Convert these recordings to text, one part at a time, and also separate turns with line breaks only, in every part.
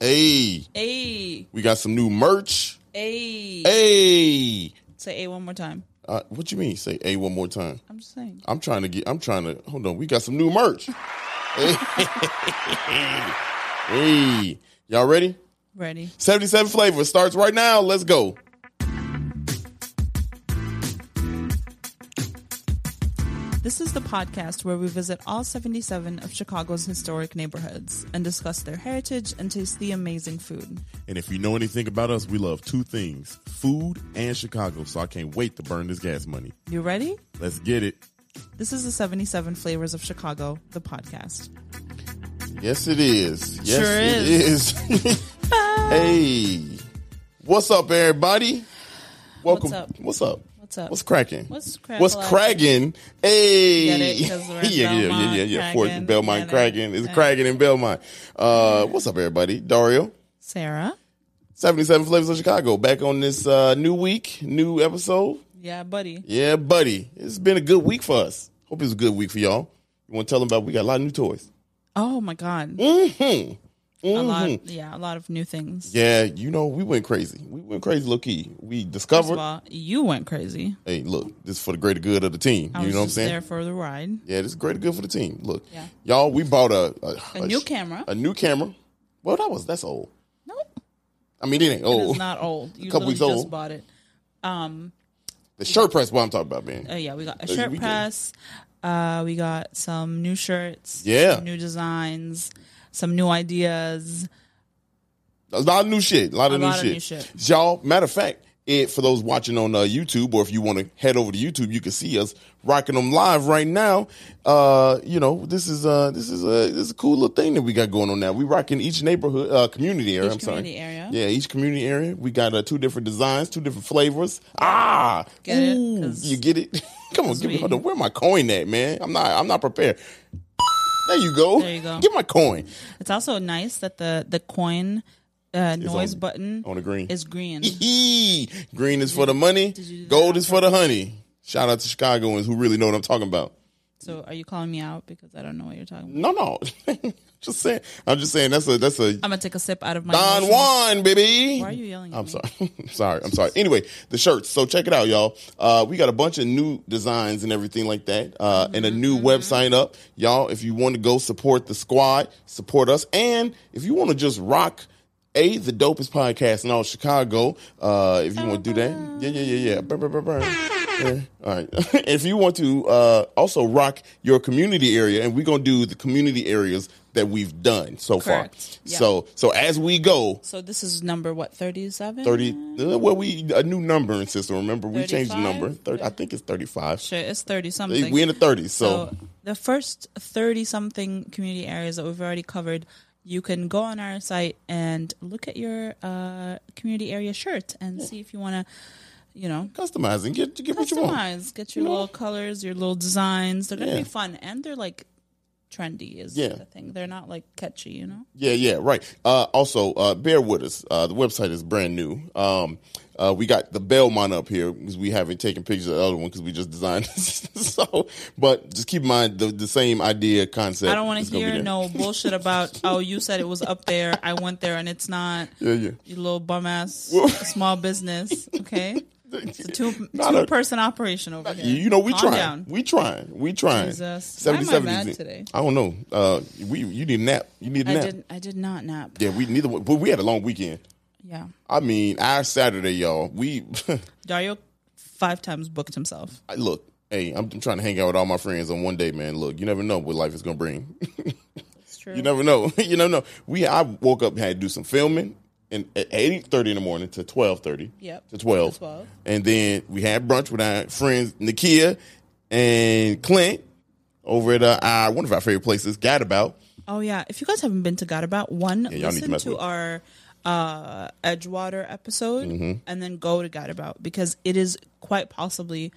Hey,
A.
we got some new merch.
A.
Hey,
Say A one more time.
uh, what you mean? Say a one more time.
I'm just saying.
I'm trying to get. I'm trying to hold on. We got some new merch. hey, hey. y'all ready?
Ready.
77 flavor starts right now. Let's go.
This is the podcast where we visit all 77 of Chicago's historic neighborhoods and discuss their heritage and taste the amazing food.
And if you know anything about us, we love two things food and Chicago. So I can't wait to burn this gas money.
You ready?
Let's get it.
This is the 77 Flavors of Chicago, the podcast.
Yes, it is. Yes,
Sure
it is. hey, what's up, everybody? Welcome.
What's up?
What's up?
What's up?
What's cracking?
What's crack-
What's
like-
cracking? Hey,
Get it? 'Cause we're in
yeah, yeah, yeah,
Belmont,
yeah, yeah. Fort
cracking,
Belmont
get it.
cracking. It's
Yeah.
cracking in Belmont. Uh, what's up, everybody? Dario,
Sarah?
seventy-seven flavors of Chicago, back on this uh, new week, new episode.
Yeah, buddy.
Yeah, buddy, it's been a good week for us. Hope it was a good week for y'all. You want to tell them about? We got a lot of new toys.
Oh my God.
Mm-hmm.
A lot. Yeah, a lot of new things.
Yeah, you know, we went crazy. We went crazy, low key. We
First of
discovered.
all, you went crazy.
Hey, look, this is for the greater good of the team.
I
you
was
know what I'm
just
saying?
there for the ride.
Yeah, this is greater good for the team. Look,
Yeah.
y'all, we bought a a,
A new camera.
a new camera. Well, that was that's old.
Nope.
I mean, it ain't old.
It's not old. You
couple
literally
weeks
just
old.
bought it. Um.
the shirt press. What I'm talking about, man.
uh, yeah, we got a shirt
weekend.
press. Uh, we got some new shirts.
Yeah.
some new designs. Some new ideas.
A lot of new shit. A lot of,
A
new,
lot of
shit.
new shit.
Y'all, matter of fact, it for those watching on uh, YouTube, or if you want to head over to YouTube, you can see us rocking them live right now. Uh, you know, this is uh this is a this is a cool little thing that we got going on now. We rocking each neighborhood uh community area.
Each
I'm
community
sorry.
area.
Yeah, each community area. We got uh, two different designs, two different flavors. Ah,
Get it?
ooh,
'Cause-
you get it. Come on, give me
we-
hold on. Where my coin at, man? I'm not I'm not prepared. There you go.
There you go.
Get my coin
It's also nice that the the coin uh, noise
on-
button
on the green.
is green.
Hee. Green is for the money.
you do that
Gold
on
is for the honey. Shout out to Chicagoans who really know what I'm talking about.
so are you calling me out because I don't know what you're talking about?
No, no. just saying. I'm just saying that's a that's a
I'm gonna take a sip out of my.
Don
emotions.
Juan, baby.
Why are you yelling at
I'm
me?
sorry. I'm sorry. I'm sorry. Anyway, the shirts. So check it out, y'all. Uh, we got a bunch of new designs and everything like that, uh, and a new
Mm-hmm.
website up, y'all. If you want to go support the squad, support us, and if you want to just rock. A, the dopest podcast in all Chicago. Uh, if you want to do that,
Uh-huh.
yeah, yeah, yeah, yeah. Brr, brr, brr, brr. Yeah. All right. if you want to uh, also rock your community area, and we're gonna do the community areas that we've done so
Correct.
far.
Yeah.
So so as we go,
So this is number what thirty seven.
30 uh, well we a new numbering system remember we changed the
35?
number 30, i think it's 35
Sure, it's thirty something.
we in the 30s so,
So the first 30 something community areas that we've already covered, you can go on our site and look at your uh, community area shirt and see if you want to, you know,
customize and get, get what you want
customize, get your little colors, your little designs. They're going to
Yeah.
be fun and they're like trendy is
Yeah.
the thing. They're not like catchy, you know?
yeah yeah right uh, also uh, bear with us uh, the website is brand new um, uh, we got the belmont up here because we haven't taken pictures of the other one because we just designed this. so but just keep in mind the, the same idea concept
I don't want
is
to
gonna be
hear
there.
no bullshit about, oh, you said it was up there. I went there and it's not.
yeah yeah
You little bum ass small business. Okay. It's a two,
Not
two
a-
person operation over here.
You you know we
Calm
trying.
down.
We trying. We trying.
Jesus. Why am I
77
mad
is in-
today?
I don't know. Uh, we you need a nap. You need a
I
nap.
did. I did not nap.
Yeah, we neither. But we had a long weekend.
Yeah.
I mean, our Saturday, y'all. We
Dario five times booked himself.
I- look. Hey, I'm, I'm trying to hang out with all my friends on one day, man. Look, you never know what life is gonna bring.
It's true.
you never know. you never know. We I woke up had to do some filming. And at eight thirty in the morning to twelve thirty,
Yep.
to 12.
To 12.
and then we had brunch with our friends Nakia and Clint over at uh, our, one of our favorite places, Gadabout.
oh yeah. If you guys haven't been to God About one,
y'all need to
listen
mess
to
with it.
our uh, Edgewater episode,
Mm-hmm.
and then go to God About because it is quite possibly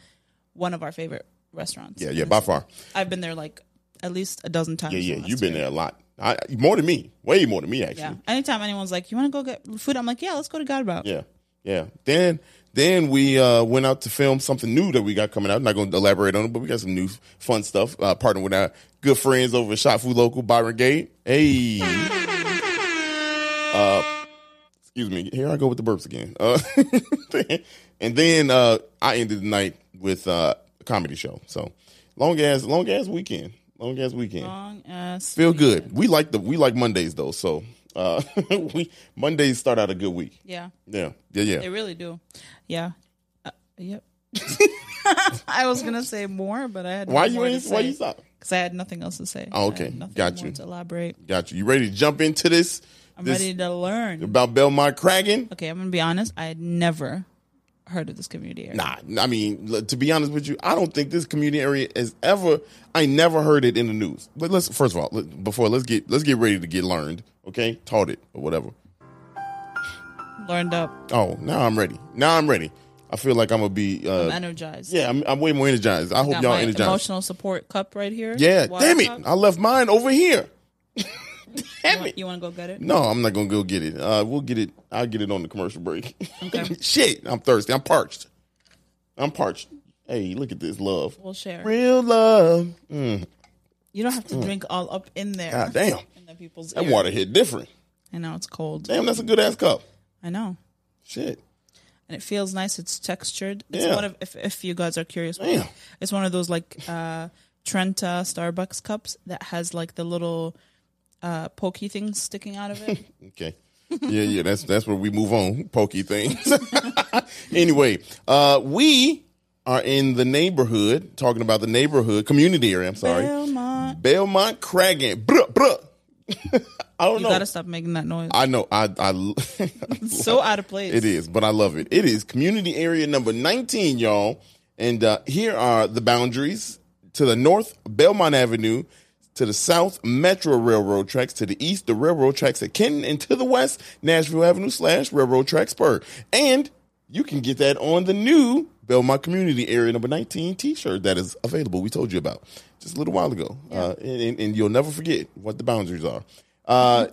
one of our favorite restaurants.
Yeah, yeah, by far.
I've been there like at least a dozen times.
Yeah, yeah,
in the
you've
last
been
year.
there a lot. I, more than me, way more than me actually.
Yeah. Anytime anyone's like, "You want to go get food?" I'm like, "Yeah, let's go to God About."
Yeah, yeah. Then then we uh, went out to film something new that we got coming out. I'm not going to elaborate on it, but we got some new fun stuff. Uh, partnered with our good friends over at Shot Food Local, Byron Gate. Hey. Uh, excuse me. Here I go with the burps again. Uh, and then uh, I ended the night with uh, a comedy show. So long as long as weekend, long as weekend.
Long ass.
Feel good. We like the we like Mondays though. So uh, we Mondays start out a good week.
Yeah,
Yeah, yeah, yeah.
they really do. Yeah. Uh, yep. I was gonna say more, but I had
Why
no
you
more to
ain't, why you
say.
stop?
because I had nothing else to say.
Oh, okay.
I had nothing
Got
more
you.
To elaborate,
Got you. You ready to jump into this?
I'm
this
ready to learn.
about Belmont Kraken?
Okay, I'm gonna be honest. I had never heard of this community area.
Nah, I mean, l- to be honest with you, I don't think this community area is ever. I never heard it in the news. But let's first of all, let, before let's get let's get ready to get learned, okay? Taught it or whatever.
Learned up,
Oh, now I'm ready. Now I'm ready. I feel like I'm gonna be. Uh,
energized.
yeah, I'm, I'm way more energized. I hope
Got
y'all
my
energized.
emotional support cup right here.
yeah,
Water
damn it,
cup.
I left mine over here. damn it.
You want to go get it?
No, I'm not gonna go get it. Uh, we'll get it. I'll get it on the commercial break.
Okay.
Shit, I'm thirsty. I'm parched. I'm parched. Hey, look at this love.
We'll share.
Real love. Mm,
You don't have to drink all up in there.
God damn,
In the people's
that
ear.
water hit different.
I know it's cold.
Damn, that's a good ass cup.
I know.
Shit.
And it feels nice. It's textured. It's
Yeah.
one of if, if you guys are curious,
Damn.
it's one of those like uh Trenta Starbucks cups that has like the little uh pokey things sticking out of it.
Okay. Yeah, yeah. That's that's where we move on. Pokey things. anyway, uh, we are in the neighborhood talking about the neighborhood community area. I'm sorry,
Belmont.
Belmont Cragging. Bruh, bruh. I don't
You
know.
gotta stop making that noise.
I know. I, I
It's so out of place.
it is, but I love it. It is community area number 19, y'all. And uh, here are the boundaries to the north, Belmont Avenue, to the south, Metro Railroad tracks, to the east, the railroad tracks at Kenton, and to the west, Nashville Avenue slash Railroad Track Spur. And you can get that on the new Belmont Community Area number 19 t shirt that is available. We told you about just a little while ago. Uh, and, and- and you'll never forget what the boundaries are. Uh,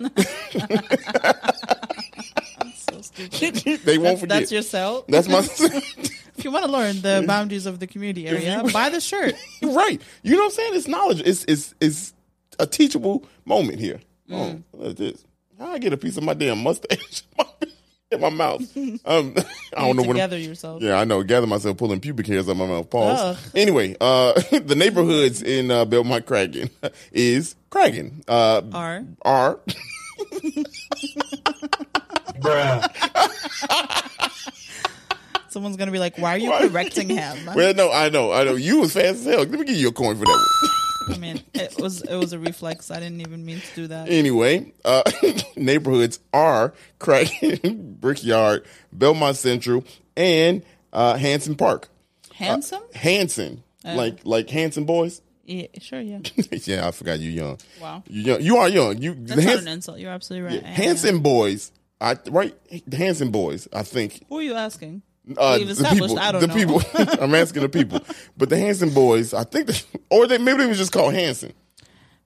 So stupid.
they won't
That's,
forget.
that's your cell.
That's my.
If you want to learn the boundaries of the community area, buy the shirt.
You're right. You know what I'm saying? It's knowledge. It's it's it's a teachable moment here. Oh, look at this. How I get a piece of my damn mustache in my mouth. Um, I don't know what. I'm-
Gather yourself.
Yeah, I know. Gather myself, pulling pubic hairs out my mouth. Pause.
Ugh.
Anyway, uh, the neighborhoods in uh, Belmont Cragen is Cragen. Uh,
Are
R.
someone's gonna be like, "Why are you
Why?
correcting him?"
Well, no, I know, I know. You was fast as hell. Let me give you a coin for that. one.
I mean, it was it was a reflex. I didn't even mean to do that.
Anyway, uh, neighborhoods are Cracken, Brickyard, Belmont Central, and uh, Hanson Park.
Handsome?
Hanson,
Oh.
like like Hanson boys.
Yeah, sure, yeah.
yeah, I forgot you young.
Wow.
you young. You are young. You
That's not
Hans-
an insult. You're absolutely right. I am
Hanson boys. I right the Hanson boys. I think
young. Who are you asking?
uh,
We've
the
established,
people.
I don't
the
know.
people. I'm asking the people, but the Hanson boys. I think, they, or they maybe they was just called Hanson.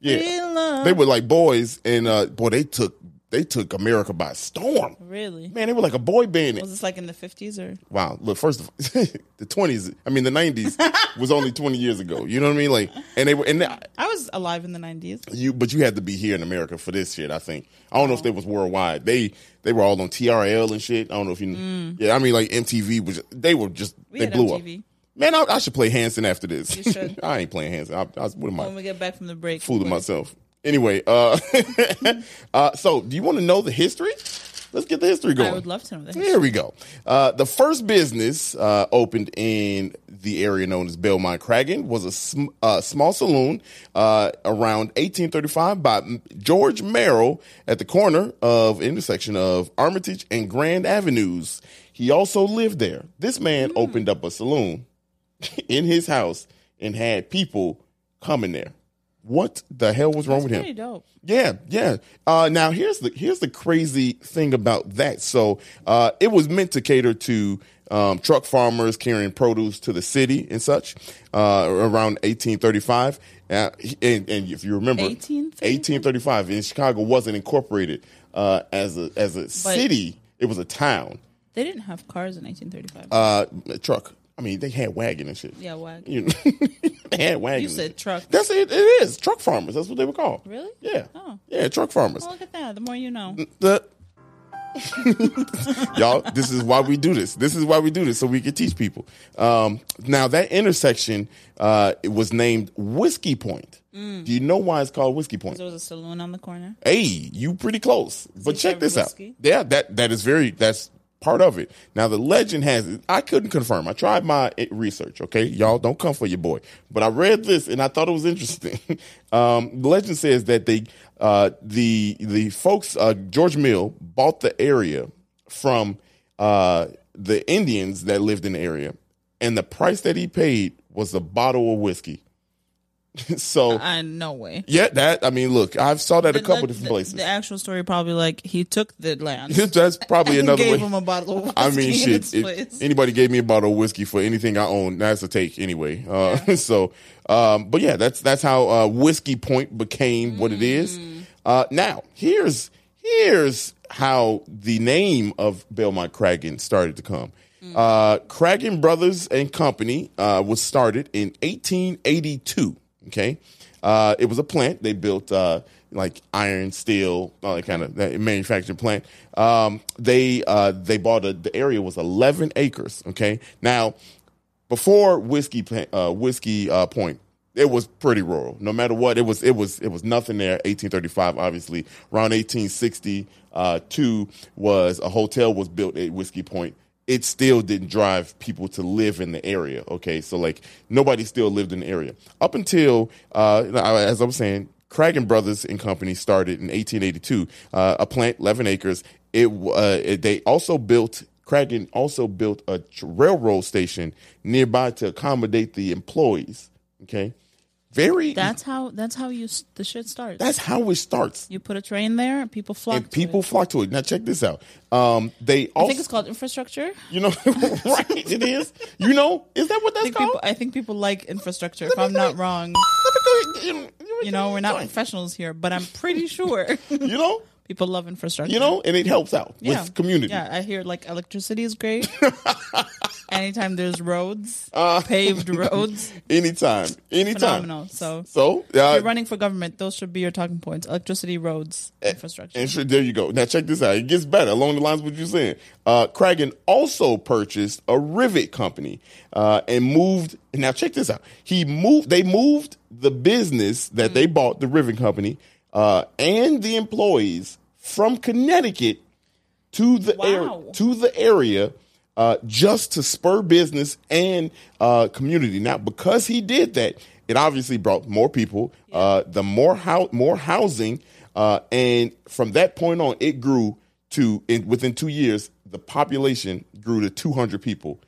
Yeah,
We love-
they were like boys, and uh, boy, they took they took America by storm.
Really?
Man, they were like a boy band.
Was this like in the 50s or?
Wow. Look, first of all, the twenties. I mean, the nineties was only twenty years ago. You know what I mean? Like, and they were, and they-
I was alive in the 90s.
you, but you had to be here in America for this shit. I think. I don't know if they was worldwide. They they were all on TRL and shit. I don't know if you. Yeah, I mean, like MTV was. They were just.
Mm. We
they
had
blew
MTV.
up. Man, I, I should play Hanson after this.
You should.
I ain't playing Hanson. I, I, what am I?
When we get back from the break.
fooling myself. Anyway, uh, uh, so do you want to know the history? Let's get the history going.
I would love to know that.
There we go. Uh, the first business uh, opened in the area known as Belmont Cragen was a sm- uh, small saloon uh, around 1835 by M- George Merrill at the corner of intersection of Armitage and Grand Avenues. He also lived there. This man opened up a saloon in his house and had people coming there. What the hell was wrong with him?
Pretty dope.
Yeah, yeah. Uh, now here's the here's the crazy thing about that. So uh, it was meant to cater to um, truck farmers carrying produce to the city and such uh, around 1835. Uh, and, and if you remember,
1835?
1835 in Chicago wasn't incorporated uh, as a as a city. It was a town.
They didn't have cars in 1935.
Uh, a truck. I mean, they had wagon and shit.
yeah, why?
You know, they had wagons.
You said truck.
That's it. It is truck farmers. That's what they were called.
Really?
Yeah.
Oh.
Yeah, truck farmers. Mm.
Oh, look at that. The more you know.
The y'all this is why we do this this is why we do this so we can teach people um, now that intersection uh, it was named whiskey point do you know why it's called whiskey point
There was a saloon on the corner.
hey you pretty close but check
serve
this out
whiskey?
yeah that that is very that's part of it now the legend has it i couldn't confirm i tried my eh, research okay y'all don't come for your boy but i read this and i thought it was interesting um, the legend says that they uh, the the folks uh, george mill bought the area from uh, the indians that lived in the area and the price that he paid was a bottle of whiskey so
Uh, no way.
yeah, that I mean, look, I've saw that a couple
The-
different
the-
places.
The actual story probably like he took the land.
That's probably
and
another
gave
way.
him a bottle of whiskey
I mean,
in
shit.
its
if
place.
anybody gave me a bottle of whiskey for anything I own, that's a take anyway. Uh, So, um, but yeah, that's that's how uh, Whiskey Point became what it is.
Mm.
Uh, now, here's here's how the name of Belmont Kragan started to come.
Mm.
Uh, Kragan Brothers and Company uh, was started in 1882. Okay, uh, it was a plant they built. Uh, like iron, steel, all that kind of that manufacturing plant. Um, they uh, they bought a, the area was eleven acres. Okay, now before whiskey Pla- uh, whiskey uh, point, it was pretty rural. No matter what, it was it was it was nothing there. 1835, obviously. Around 1860, uh, two was a hotel was built at Whiskey Point. It still didn't drive people to live in the area. Okay, so like nobody still lived in the area up until uh, as I was saying, Kragan Brothers and Company started in 1882, uh, a plant 11 acres. It, uh, it they also built Kragan also built a tr- railroad station nearby to accommodate the employees. Okay, very. That's,
That's how. That's how you s- the shit starts.
how it starts,
you put a train there, people flock.
and
to it.
people flock to it. Now check this out. Um, they
I
also,
think it's called infrastructure.
you know, right? It is. You know, is that what
I
that's
think
called?
people. I think people like infrastructure. If
me
I'm not
think. Let
wrong,
me go- you know,
you know, we're not
sorry.
professionals here, but I'm pretty sure
You know,
people love infrastructure.
you know, and it helps out with community.
Yeah, I hear like electricity is great. Anytime there's roads,
Uh.
paved roads,
Anytime, anytime.
phenomenal. So
So
you're
uh,
running for government. Those should be your talking points: electricity, roads,
Eh,
infrastructure.
and sure, there you go. Now check this out. It gets better along the lines of what you're saying. Uh, Kragan also purchased a rivet company uh, and moved. Now check this out. He moved. They moved the business that they bought, the rivet company, uh, and the employees from Connecticut to the
Wow.
area to the area uh, just to spur business and uh, community. Now, because he did that, it obviously brought more people, uh, the more how more housing, uh, and from that point on, it grew to in, within two years, the population grew to two hundred people.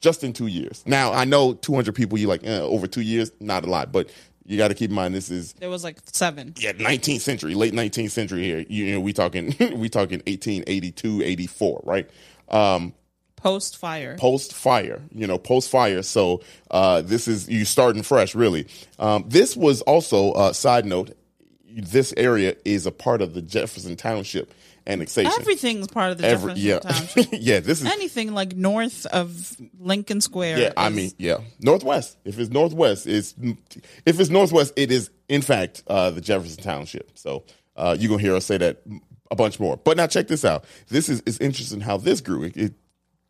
Just in two years. Now I know 200 people. You like eh, over two years, not a lot, but you got to keep in mind this is
There was like seven.
yeah, 19th century, late 19th century here. You know, we talking we talking 1882, 84, right? Um,
Post fire.
post fire, you know, post fire. So uh, this is you starting fresh, really. Um, this was also uh, side note. This area is a part of the Jefferson Township annexation.
Everything's part of the
Every-
Jefferson
yeah,
Township.
yeah. This is
Anything like north of Lincoln Square.
Yeah, I
is-
mean, yeah, northwest. If it's northwest, it's if it's northwest, it is in fact uh, the Jefferson Township. So uh, you're gonna hear us say that a bunch more. But now check this out. This is it's interesting how this grew. It, it,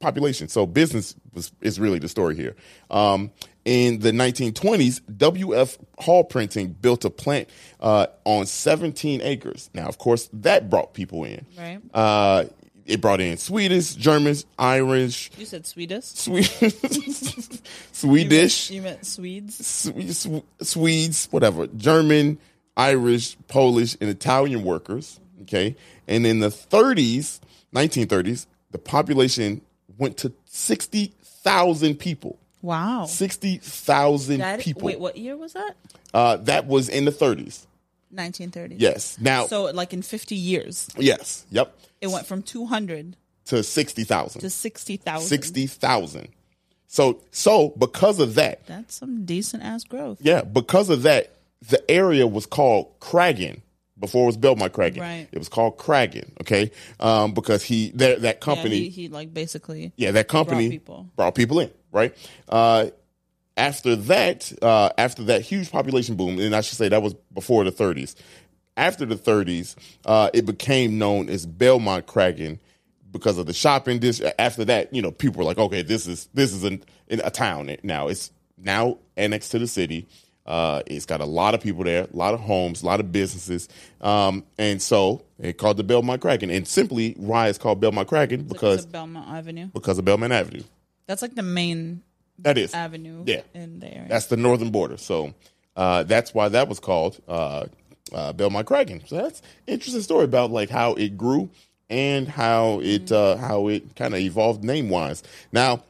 population. So business was is really the story here. Um, in the 1920s, W.F. Hall Printing built a plant uh, on 17 acres. Now, of course, that brought people in.
Right.
Uh, it brought in Swedish, Germans, Irish,
You said Swedish.
Swe- Swedish,
You meant Swedes.
Swe- Swe- Swedes, whatever, German, Irish, Polish, and Italian workers. Okay. And in the 30s, 1930s, the population went to 60,000 people.
Wow.
60,000
That,
people.
Wait, what year was that?
Uh, that was in the 30s.
1930.
Yes. Now,
So like in 50 years,
yes. Yep.
it went from 200
To 60,000.
to 60,000.
60,000. So, so because of that,
That's some decent ass growth.
Yeah, because of that, the area was called Kragan before it was Belmont Kragan.
Right.
It was called Kragan, okay? Um, because he that that company,
Yeah, he,
yeah,
he like basically.
that company
Brought people.
brought people in, right? Uh, after that, uh, after that huge population boom, and I should say that was before the 30s. After the 30s, uh, it became known as Belmont Kraken because of the shopping district. After that, you know, people were like, okay, this is this is an, in a town now. It's now annexed to the city. Uh, it's got a lot of people there, a lot of homes, a lot of businesses, um, and so it called the Belmont Kraken. And simply, why it's called Belmont Kraken because
of Belmont Avenue.
because of Belmont Avenue.
That's like the main
That is
avenue
Yeah.
in the area.
that's the northern border. So uh, that's why that was called uh, uh, Belmont Kraken. So that's an interesting story about like how it grew and how it uh, how it kind of evolved name wise. Now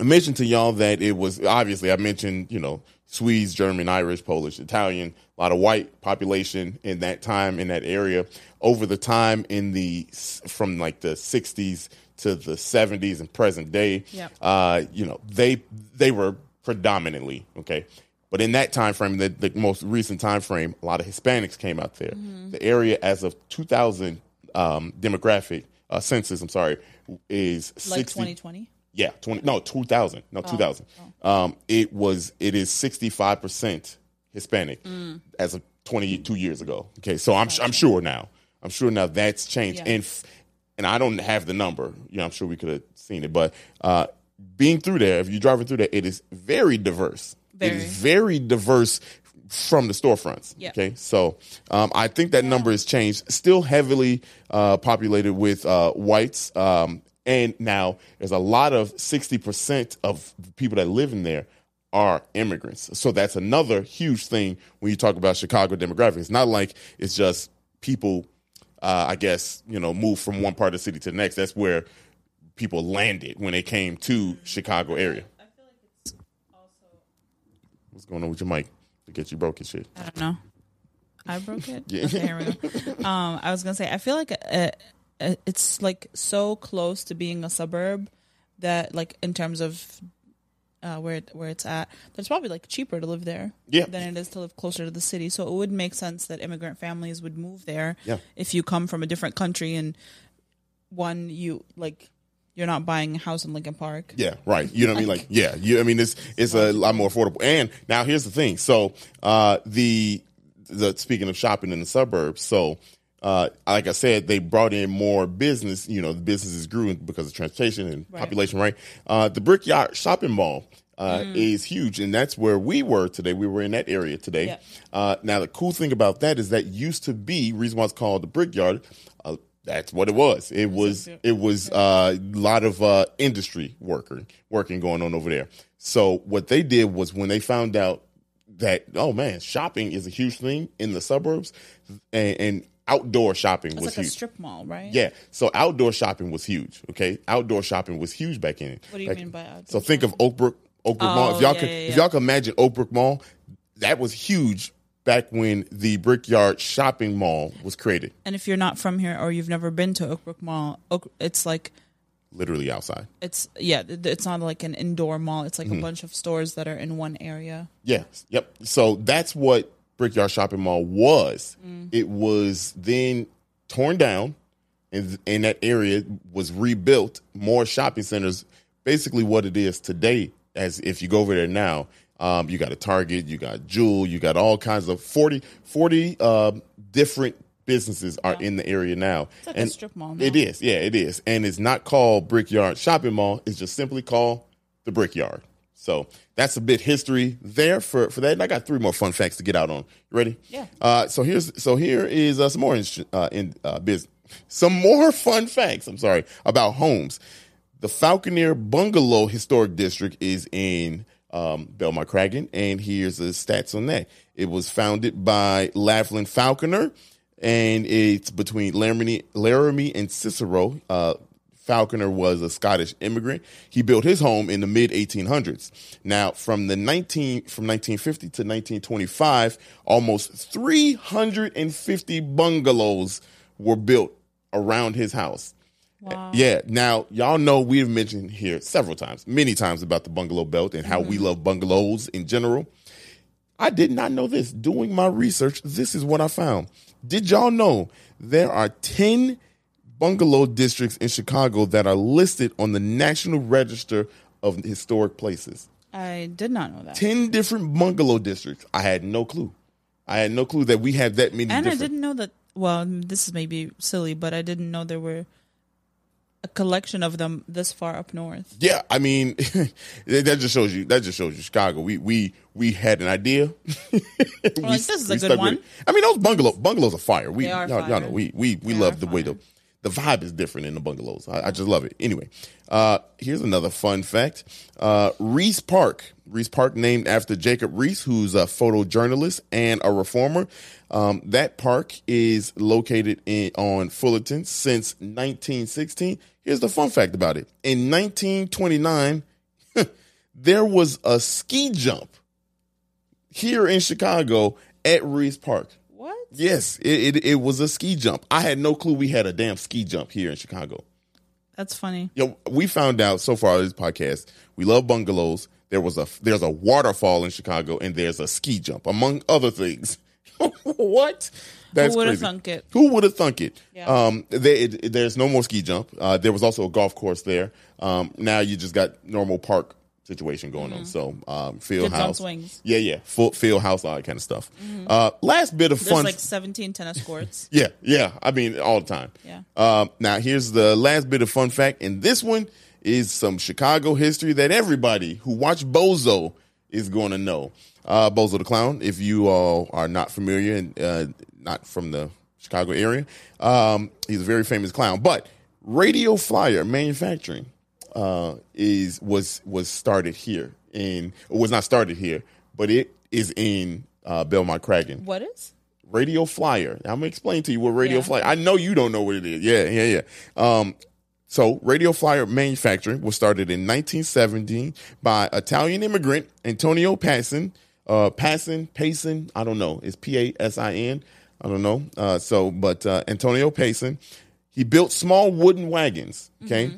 I mentioned to y'all that it was obviously I mentioned you know Swedes, German, Irish, Polish, Italian, a lot of white population in that time in that area. Over the time in the from like the '60s to the '70s and present day,
Yep.
uh, you know they they were predominantly okay. But in that time frame, the, the most recent time frame, a lot of Hispanics came out there.
Mm-hmm.
The area as of 2000 um, demographic uh, census, I'm sorry, is
like
60
2020.
yeah, twenty. No, two thousand. No, two thousand. Um, it was. It is sixty five percent Hispanic as of twenty two years ago. Okay, so I'm I'm sure now. I'm sure now that's changed.
Yeah.
And f- and I don't have the number. You know, I'm sure we could have seen it, but uh, being through there, if you're driving through there, it is very diverse. It
Very.
is very diverse from the storefronts.
Yeah.
Okay, so um, I think that number has changed. Still heavily uh, populated with uh, whites, um, and now there's a lot of sixty percent of the people that live in there are immigrants. So that's another huge thing when you talk about Chicago demographics. It's not like it's just people. Uh, I guess you know move from one part of the city to the next. That's where people landed when they came to Chicago area. What's going on with your mic? To get you broke and shit.
I don't know. I broke it. Okay, here we go. Um, I was gonna say I feel like uh uh it's like so close to being a suburb that like in terms of uh, where it, where it's at, that it's probably like cheaper to live there
Yeah.
than it is to live closer to the city. So it would make sense that immigrant families would move there
Yeah.
if you come from a different country and one you like you're not buying a house in Lincoln Park.
Yeah, right. You know what I mean? Like, yeah, you. I mean, it's it's a lot more affordable. And now here's the thing. So, uh, the the speaking of shopping in the suburbs, so uh, like I said, they brought in more business. You know, the businesses grew because of transportation and
Right.
population. Right. Uh, the Brickyard Shopping Mall. Uh,
Mm.
Is huge, and that's where we were today. We were in that area today.
Yeah.
Uh, now, the cool thing about that is that used to be reason why it's called the Brickyard. Uh, that's what it was. It was it was a lot of uh, industry worker working going on over there. So what they did was when they found out that oh man, shopping is a huge thing in the suburbs, and, and outdoor shopping
It's
was
like a
huge.
strip mall, right?
yeah, so outdoor shopping was huge. Okay, outdoor shopping was huge back in.
What do you
back-
mean by outdoor
So think of Oakbrook, Oakbrook Mall. If
Oh,
y'all
yeah,
could,
yeah,
if
yeah.
y'all can imagine Oakbrook Mall, that was huge back when the Brickyard Shopping Mall was created,
And if you're not from here or you've never been to Oakbrook Mall, Oak, it's like
literally outside.
it's yeah, th- it's not like an indoor mall. It's
Mm-hmm.
like a bunch of stores that are in one area.
Yes. Yep. So that's what Brickyard Shopping Mall was.
Mm.
It was then torn down, and and that area was rebuilt. More shopping centers. Basically, what it is today, as if you go over there now, um, you got a Target, you got Jewel, you got all kinds of 40, 40 um, different businesses are in the area now.
It's like a strip mall. now.
It is, yeah, it is, and it's not called Brickyard Shopping Mall. It's just simply called the Brickyard. So that's a bit history there for for that. And I got three more fun facts to get out on. You ready?
Yeah.
Uh, so here's so here is uh, some more in, uh, in uh, business. Some more fun facts. I'm sorry about homes. The Falconer Bungalow Historic District is in um, Belmont Kragan, and here's the stats on that. It was founded by Laughlin Falconer, and it's between Laramie, Laramie and Cicero. Uh, Falconer was a Scottish immigrant. He built his home in the mid 1800s. Now, from the 19 from 1950 to 1925, almost 350 bungalows were built around his house. Yeah. Now, y'all know we've mentioned here several times, many times about the bungalow belt and how we love bungalows in general. I did not know this. Doing my research, this is what I found. Did y'all know there are 10 bungalow districts in Chicago that are listed on the National Register of Historic Places?
I did not know that.
10 different bungalow districts. I had no clue. I had no clue that we had that many.
And I
different-
didn't know that. Well, this is maybe silly, but I didn't know there were a collection of them this far up north.
Yeah, I mean, that that just shows you. That just shows you Chicago. We we we had an idea. We-
this is a
we
good
stuck with
one.
it. I mean, those bungalow bungalows are fire. We
They are
y'all, y'all know
fire.
we we we
They
love the
are
way the
fire.
the vibe is different in the bungalows. I, I just love it. Anyway, uh, here's another fun fact: uh, Reese Park, Reese Park, named after Jacob Reese, who's a photojournalist and a reformer. Um, that park is located in on Fullerton since 1916. Here's the fun fact about it: in 1929, there was a ski jump here in Chicago at Reese Park.
What?
Yes, it, it it was a ski jump. I had no clue we had a damn ski jump here in Chicago.
That's funny.
Yo, we found out so far this podcast. We love bungalows. There was a there's a waterfall in Chicago, and there's a ski jump, among other things. what? That's
would've
crazy.
thunk it?
Who would have thunk it?
Yeah.
Um, there it, it- there's no more ski jump. Uh, there was also a golf course there. Um, now you just got normal park situation going on. So um, field
Kids on
house,
Mm-hmm. swings.
yeah, yeah, full field house, all that kind of stuff. Uh, last bit of
There's
fun.
like 17 tennis courts.
Yeah, yeah. I mean, all the time.
Yeah.
Um, now, here's the last bit of fun fact, and this one is some Chicago history that everybody who watched Bozo is going to know. Uh, Bozo the Clown, if you all are not familiar and uh, not from the Chicago area, um, he's a very famous clown. But Radio Flyer Manufacturing uh, is was was started here, and was not started here, but it is in uh, Belmont Kraken.
what is?
Radio Flyer. I'm gonna explain to you what Radio
Yeah.
Flyer. I know you don't know what it is. Yeah, yeah, yeah. Um, so Radio Flyer manufacturing was started in 1917 by Italian immigrant Antonio Passin. Uh, Passin, Payson. I don't know. It's P A S I N. I don't know. Uh, so, but uh, Antonio Payson, he built small wooden wagons. Okay.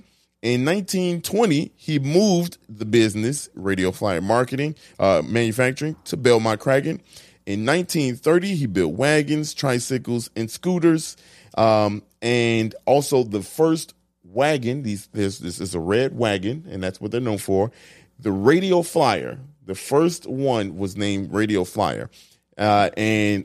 In 1920, he moved the business, Radio Flyer Marketing, uh, manufacturing, to Belmont Kraken. In 1930, he built wagons, tricycles, and scooters, um, and also the first wagon. These this this is a red wagon, and that's what they're known for. The Radio Flyer, the first one was named Radio Flyer, uh, and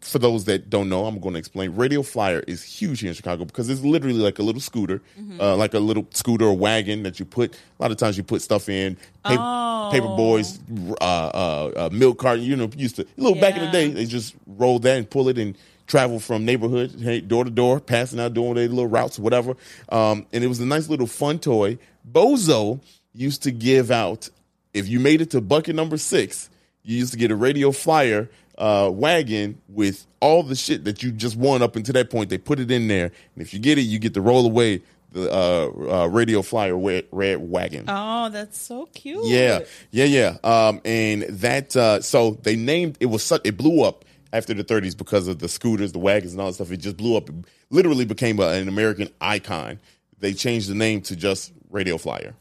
for those that don't know, I'm going to explain. Radio Flyer is huge here in Chicago because it's literally like a little scooter,
Mm-hmm.
uh, like a little scooter or wagon that you put. A lot of times you put stuff in paper,
Oh.
paper boys, uh, uh, uh, milk carton. You know, used to little back in the
Yeah.
day, they just roll that and pull it and travel from neighborhood hey, door to door, passing out, doing their little routes, whatever. Um, and it was a nice little fun toy. Bozo used to give out if you made it to bucket number six, you used to get a radio flyer uh, wagon with all the shit that you just won up until that point. They put it in there, and if you get it, you get to roll away the uh, uh, radio flyer red, red wagon.
Oh, that's so cute.
Yeah, yeah, yeah. Um, and that uh, so they named it was such it blew up after the 30s because of the scooters, the wagons, and all that stuff. It just blew up. It literally became a, an American icon. They changed the name to just Radio Flyer.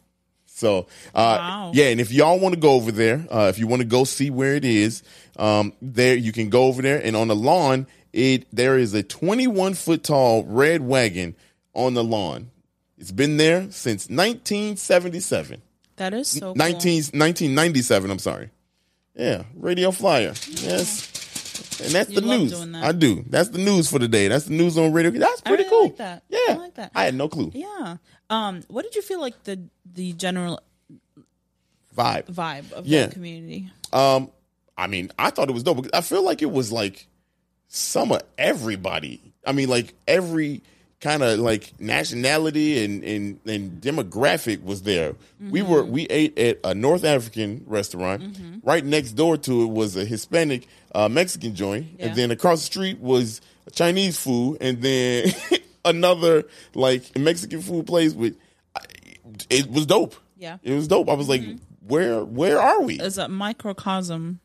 So uh,
Wow.
yeah, and if y'all want to go over there, uh, if you want to go see where it is, um, there you can go over there and on the lawn. It there is a 21 foot tall red wagon on the lawn. It's been there since 1977.
That is so
19, 1997, I'm sorry. Yeah, Radio Flyer. Yes. And that's
You
the
love
news.
doing that.
I do. That's the news for today. That's the news on radio. That's pretty
really
cool.
like that.
Yeah.
I like that.
I had no clue.
cool. Yeah. Um, what did you feel like the the general
Vibe.
vibe of
Yeah.
the community?
Um, I mean, I thought it was dope because I feel like it was like some of everybody. I mean, like every kind of like nationality and and and demographic was there. We
Mm-hmm.
were we ate at a North African restaurant. Right next door to it was a Hispanic uh, Mexican joint,
Yeah.
and then across the street was Chinese food, and then another like Mexican food place with. I- It was dope.
Yeah. Mm-hmm. Uh,
it was dope. I was like, where where are we?
Is a microcosm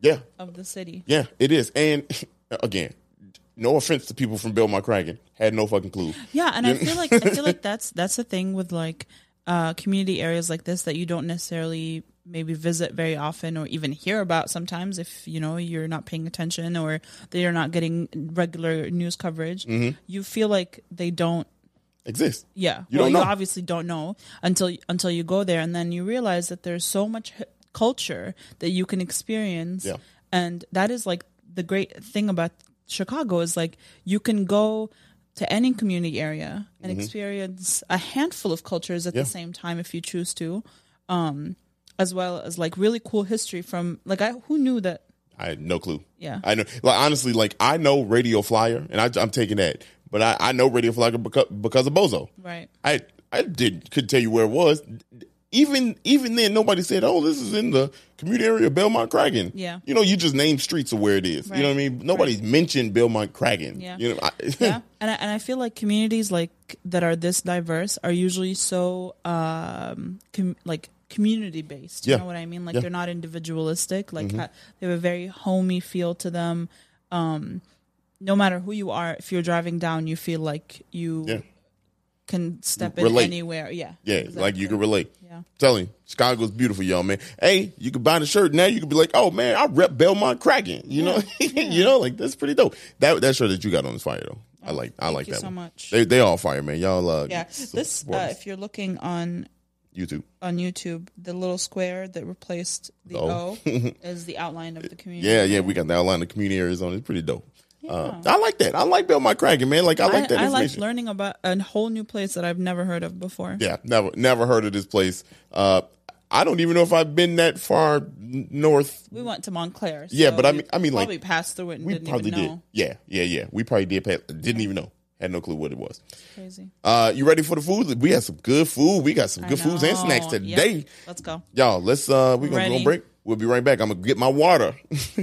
Yeah,
of the city.
yeah, it is. And again, no offense to people from Belmont Kraken, had no fucking clue.
Yeah, and I feel like I feel like that's that's the thing with like uh community areas like this that you don't necessarily maybe visit very often or even hear about sometimes if you know you're not paying attention or that you're not getting regular news coverage. You feel like they don't
Exists.
yeah.
You
well,
don't know.
you obviously don't know until until you go there, and then you realize that there's so much h- culture that you can experience,
Yeah.
and that is like the great thing about Chicago is like you can go to any community area and experience a handful of cultures at
Mm-hmm. Yeah.
the same time if you choose to, um, as well as like really cool history from like I who knew that
I had no clue.
Yeah.
I know. Like honestly, like I know Radio Flyer, and I, I'm taking that, but I, I know Radio Flyer because, because of Bozo.
right
I I did couldn't tell you where it was. Even even then, nobody said, "Oh, this is in the community area of Belmont Cragen."
Yeah.
you know, you just name streets of where it is. You know what I mean? Nobody's mentioned Belmont Cragen.
Yeah.
you know, I,
yeah and I, and I feel like communities like that are this diverse are usually so um com- like community based you
Yeah.
know what i mean like
Yeah. Mm-hmm.
they're not individualistic like ha- they have a very homey feel to them um no matter who you are if you're driving down you feel like you
Yeah.
can step
Relate.
in anywhere yeah
yeah, like you can relate.
Yeah.
Telling you, Chicago's beautiful, y'all, man. Hey, you can buy the shirt now. You can be like, "Oh man, I rep Belmont Cragen." You know, you know, like that's pretty dope. That that shirt that you got on is fire though. I like I like
Oh, you
that
so
one.
much.
They they all fire, man. Y'all, uh,
yeah
support
this uh,
us.
if you're looking on
YouTube.
on youtube the little square that replaced the
Oh.
o is the outline of the community
Yeah, yeah, we got the outline of community areas on it. It's pretty dope. Uh, I like that. I like Belmont Kraken, man. Like I like that
I, I like
information.
learning about a whole new place that I've never heard of before.
yeah, never never heard of this place. Uh, I don't even know if I've been that far n- north.
We went to Montclair.
Yeah,
so
but I
we
mean- I mean, like,
probably passed through it and
We
didn't
probably
even know.
did. Yeah, yeah, yeah. We probably did. Pay, didn't even know. Had no clue what it was.
Crazy.
Uh, you ready for the food? We had some good food. We got some good foods and
No.
snacks
Yep.
today.
Let's go.
Y'all, let's uh we're gonna go on
Ready.
break. We'll be right back. I'm gonna get my water.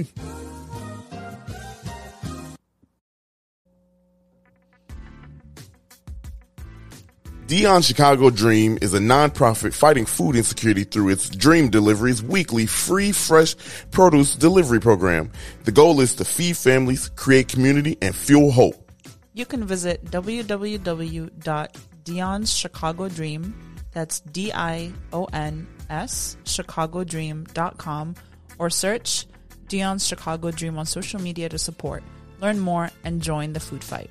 Dion Chicago Dream is a nonprofit fighting food insecurity through its Dream Deliveries weekly free fresh produce delivery program. The goal is to feed families, create community, and fuel hope.
You can visit www.dionschicagodream. That's D I O N S chicagodream.com or search Dion's Chicago Dream on social media to support, learn more, and join the food fight.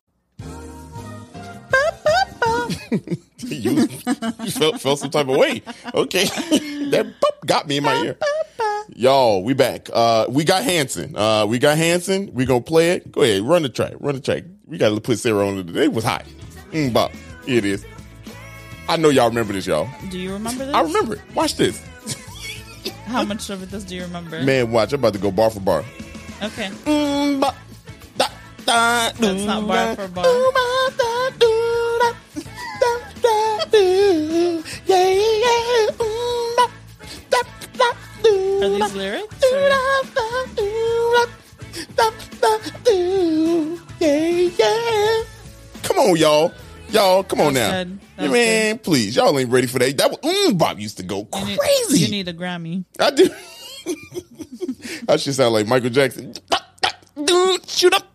you, you felt, felt some type of way. Okay. that boop got me in my ear. Y'all, we back. Uh, we got Hanson. Uh, we got Hanson. We gonna play it. Go ahead, run the track. Run the track. We gotta put Sarah on it. today. It was hot. Mm, bop. Here it is. I know y'all remember this, y'all.
Do you remember this?
I remember it. Watch this.
How much of this do you remember?
Man, watch. I'm about to go bar for bar.
Okay.
Mm, bop. Da, da,
That's not bar for bar.
Ooh, ma, da, do, da. Da, da, do. Yeah, yeah. Mm, bop. Da, da, do,
Are these
da.
lyrics,
Do,
or-
da, da, do, da. Da, da, do. Yeah, yeah. Come on, y'all. Y'all, come on
That was
now.
good. That was
Man, please. Y'all ain't ready for that. That was, mm, Bob used to go
You need-
crazy.
You need a Grammy.
I do. I should sound like Michael Jackson. Dude, shoot up.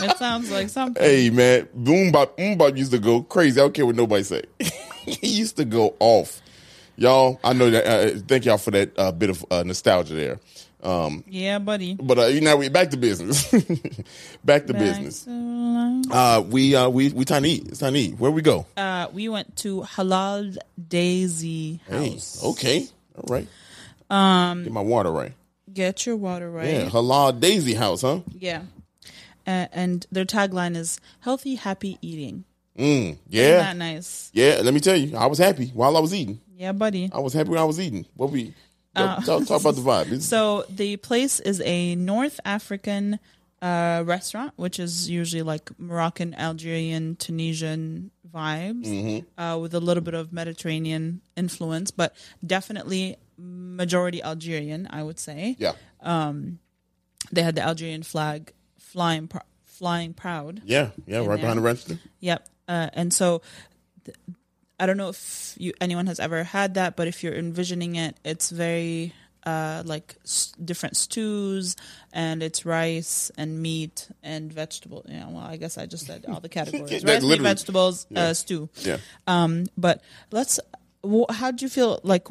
It sounds like something.
Hey man, boom bop, boom bop used to go crazy. I don't care what nobody say. he used to go off. Y'all, I know that. Uh, thank y'all for that uh, bit of uh, nostalgia there. Um,
Yeah, buddy.
but uh, you know, we back to business. back to business. Uh, we uh, we we time to eat. It's time to eat. Where we go?
Uh, we went to Halal Daisy
hey,
House.
okay, all right. Um, get my water right.
Get your water right.
Yeah,
Yeah.
halal Daisy House, huh?
Uh, and their tagline is healthy, happy eating.
Yeah.
Isn't that nice?
Yeah, let me tell you, I was happy while I was eating.
Yeah, buddy.
I was happy when I was eating. What we talk, talk, talk about the vibe? It's-
So the place is a North African uh, restaurant, which is usually like Moroccan, Algerian, Tunisian vibes,
Mm-hmm.
uh, with a little bit of Mediterranean influence, but definitely majority Algerian, I would say.
yeah,
They had the Algerian flag flying pr- flying proud.
yeah, yeah, right behind the register.
Yep. Uh, and so th- I don't know if you anyone has ever had that, but if you're envisioning it, it's very uh, like s- different stews, and it's rice and meat and vegetable. Yeah, well, I guess I just said all the categories:
Like
rice, meat,
literally.
vegetables, uh, stew.
Yeah.
Um, but let's. wh- How do you feel? Like,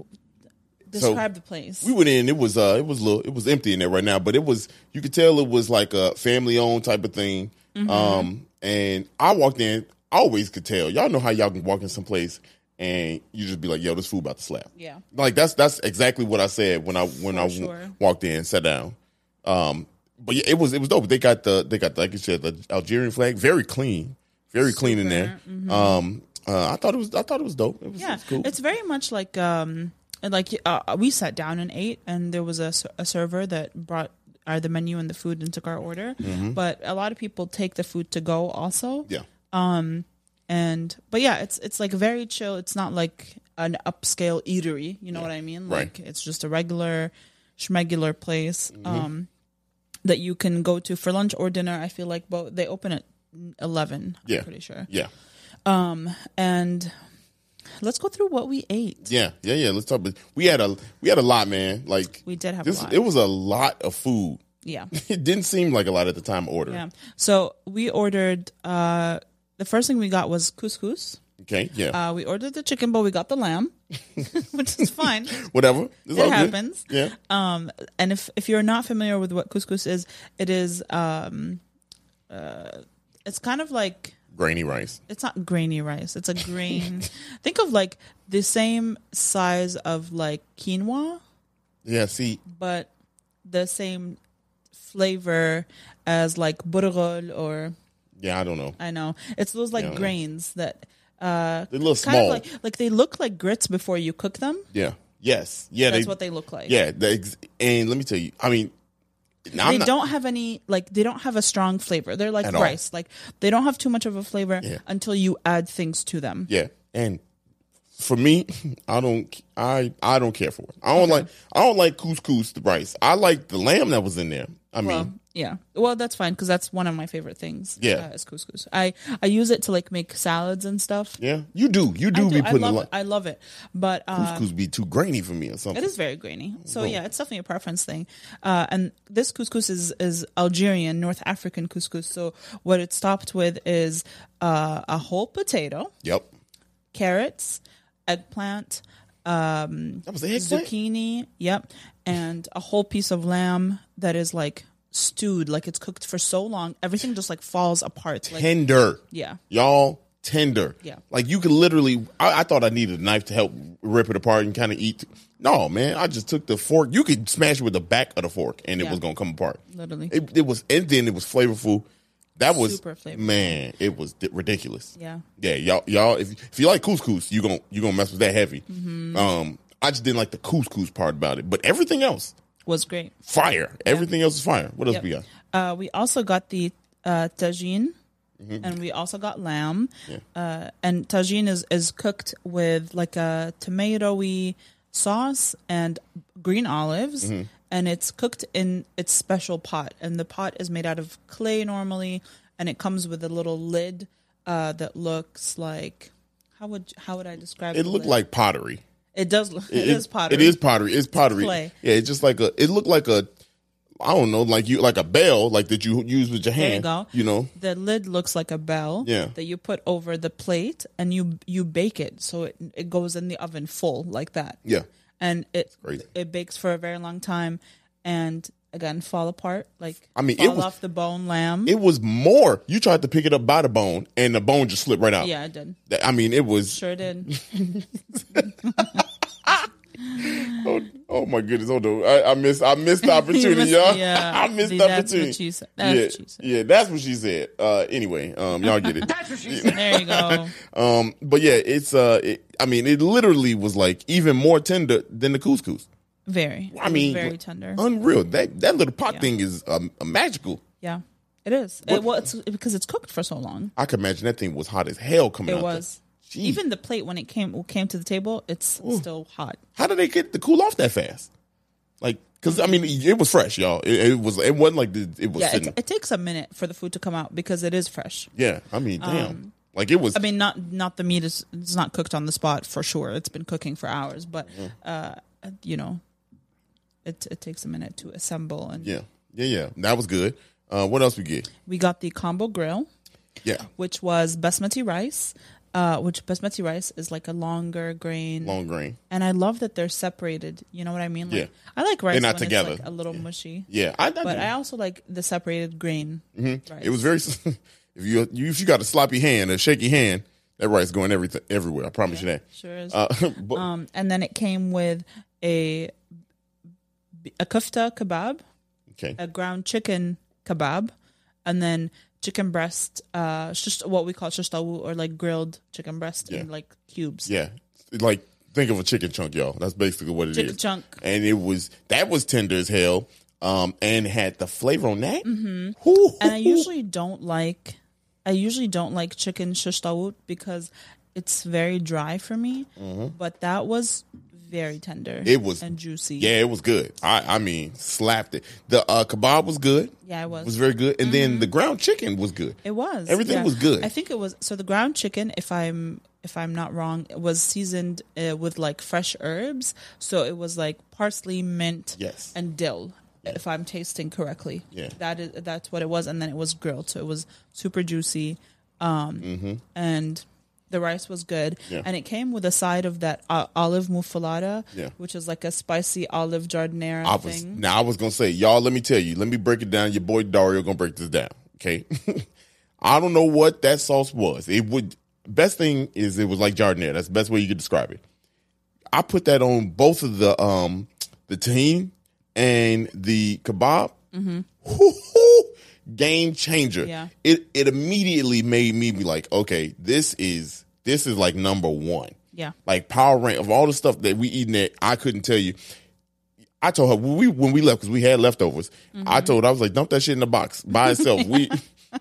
describe the place.
We went in. It was uh, it was little, it was empty in there right now, but it was you could tell it was like a family owned type of thing.
Mm-hmm.
Um, and I walked in. I always could tell. Y'all know how y'all can walk in some place and you just be like, "Yo, this food about to slap."
Yeah.
like that's that's exactly what I said when I when I w-
sure.
walked in, sat down. Um, but yeah, it was it was dope. They got the they got the, like you said the Algerian flag, very clean, very clean in there. Um, uh, I thought it was I thought it was dope. It was, it
mm-hmm. yeah,
was cool.
it's very much like um, and like uh, we sat down and ate, and there was a, s- a server that brought our the menu and the food and took our order.
Mm-hmm.
But a lot of people take the food to go also.
yeah,
and but yeah, it's it's like very chill. It's not like an upscale eatery. You know what I mean?
Right.
Like it's just a regular schmegular place
Mm-hmm.
um, that you can go to for lunch or dinner. I feel like both they open at eleven.
Yeah.
I'm pretty sure.
yeah.
And let's go through what we ate.
Yeah, yeah, yeah. Let's talk. But we had a we had a lot, man. Like
We did have a
this.
lot.
It was a lot of food.
Yeah.
It didn't seem like a lot at the time of order.
Yeah. So we ordered. Uh, the first thing we got was couscous.
Okay, yeah,
Uh, we ordered the chicken, but we got the lamb, which is fine.
whatever. It's
it
all good.
happens.
Yeah,
Um, and if if you're not familiar with what couscous is, it is um, uh, it's kind of like
grainy rice.
it's not grainy rice. It's a grain. Think of like the same size of like quinoa,
Yeah, see,
but the same flavor as like burgol or
yeah, I don't know.
I know it's those like grains that uh,
They're a little
kind
small.
of like like they look like grits before you cook them.
yeah, yes, yeah.
That's
they,
what they look like.
Yeah, they, ex- and let me tell you. I mean, now
they
I'm not,
don't have any like they don't have a strong flavor. They're like
At all.
rice. Like they don't have too much of a flavor
Yeah.
until you add things to them.
Yeah, and for me, I don't, I, I don't care for it. I don't like, I don't like couscous the rice. I like the lamb that was in there. I mean,
Well, yeah. Well, that's fine because that's one of my favorite things.
Yeah.
uh, is couscous. I I use it to like make salads and stuff.
yeah, you do, you do
I,
be
do, I
putting a
love
lot.
it. I love it. But uh,
couscous be too grainy for me or something.
It is very grainy. So yeah, it's definitely a preference thing. Uh, and this couscous is is Algerian, North African couscous. So what it's topped with is uh, a whole potato,
Yep.
carrots, eggplant,
That was eggplant.
zucchini. Yep, and a whole piece of lamb that is like stewed, like it's cooked for so long, everything just like falls apart. Like
Tender.
yeah,
Y'all tender.
Yeah.
Like you could literally I, I thought I needed a knife to help rip it apart and kind of eat. No, man. I just took the fork. You could smash it with the back of the fork and it
Yeah.
was gonna come apart.
literally.
It, it was and then it was flavorful. That was
Super flavorful.
man, it was di- ridiculous.
Yeah.
Yeah, y'all y'all if if you like couscous, you going you going to mess with that heavy.
Mm-hmm.
Um I just didn't like the couscous part about it, but everything else
was great.
fire. Everything else is fire. What else we got?
Uh, we also got the uh, tagine, and we also got lamb. Uh, and tagine is, is cooked with like a tomatoey sauce and green olives, and it's cooked in its special pot. And the pot is made out of clay normally, and it comes with a little lid uh, that looks like how would how would I describe
It
the
looked
lid?
like pottery.
it does look it is pottery.
It is pottery. It's pottery.
clay.
Yeah, it's just like a. It looked like a. I don't know, like you, like a bell, like that you use with your
you
hand.
go.
know,
the lid looks like a bell
Yeah.
that you put over the plate and you you bake it so it, it goes in the oven full like that
yeah,
and it
crazy.
it bakes for a very long time and again fall apart like
I mean, it
fall
was-
off the bone lamb
it was more. You tried to pick it up by the bone, and the bone just slipped right out.
yeah it did
That- I mean, it was.
sure did
Oh, oh my goodness! Hold on, I, I missed. I missed the opportunity,
missed-
y'all.
yeah.
I missed
See,
the
that's
opportunity.
what you said. That's
yeah,
what you said.
yeah, that's what she said. Uh, anyway, um, y'all get it.
there you go
um, but yeah, it's uh, it, I mean, it literally was like even more tender than the couscous.
very It
I
was
mean,
very tender
unreal. That that little pot thing is um, a magical.
yeah it is it, well it's because it's cooked for so long
I could imagine that thing was hot as hell coming out.
it
there.
was
Jeez.
even the plate when it came came to the table it's still hot
How did they get the cool off that fast? Like, because I mean, it was fresh, y'all. It, it was. It wasn't like the, it was
Mm. yeah, it,
sitting.
it takes a minute for the food to come out because it is fresh.
yeah, I mean, damn. Like it was.
um, I mean, not not the meat is it's not cooked on the spot for sure. It's been cooking for hours, but
Mm-hmm.
uh, you know, it it takes a minute to assemble. And
yeah, yeah, yeah. That was good. Uh, what else we get?
we got the combo grill,
Yeah,
which was basmati rice, uh, which basmati rice is like a longer grain.
long grain.
And I love that they're separated. You know what I mean? Like,
Yeah.
I like rice
They're not
when it's,
together.
like, a little mushy.
Yeah, Mm-hmm. I, I
But
do.
I also like the separated grain. Rice.
It was very. If you, you if you got a sloppy hand, a shaky hand, that rice going everything everywhere. I promise you that.
Sure is.
Uh, but
um, and then it came with a a kofta kebab,
okay,
a ground chicken kebab, and then chicken breast, uh, shish, what we call shishtawu or like grilled chicken breast in like cubes.
yeah, like think of a chicken chunk, y'all. That's basically what it is.
Chicken chunk.
and it was that was tender as hell. Um, and had the flavor on that. Mm-hmm.
and I usually don't like I usually don't like chicken shish tawut because it's very dry for me. But that was very tender.
Mm-hmm. It was-
and juicy.
yeah, it was good. I I mean, slapped it. The uh, kebab was good.
Yeah, it was. Mm-hmm.
was very good, and then the ground chicken was good.
It was.
Everything
yeah.
was good.
I think it was so the ground chicken, if I'm if I'm not wrong, it was seasoned uh, with like fresh herbs. So it was like parsley, mint,
Yes.
and dill. If I'm tasting correctly,
Yeah.
that is that's what it was, and then it was grilled, so it was super juicy, um, and the rice was good,
Mm-hmm. Yeah.
and it came with a side of that uh, olive muffalata,
Yeah.
which is like a spicy olive jardinera
I was
thing.
now I was gonna say, y'all. Let me tell you. Let me break it down. Your boy Dario gonna break this down. Okay. I don't know what that sauce was. It would best thing is it was like jardinere. That's the best way you could describe it. I put that on both of the um the team and the kebab. Game changer.
Yeah.
It it immediately made me be like, okay, this is this is like number one
Yeah,
like power rank of all the stuff that we eating that I couldn't tell you. I told her when we when we left because we had leftovers.
Mm-hmm.
I told her I was like, dump that shit in the box by itself. we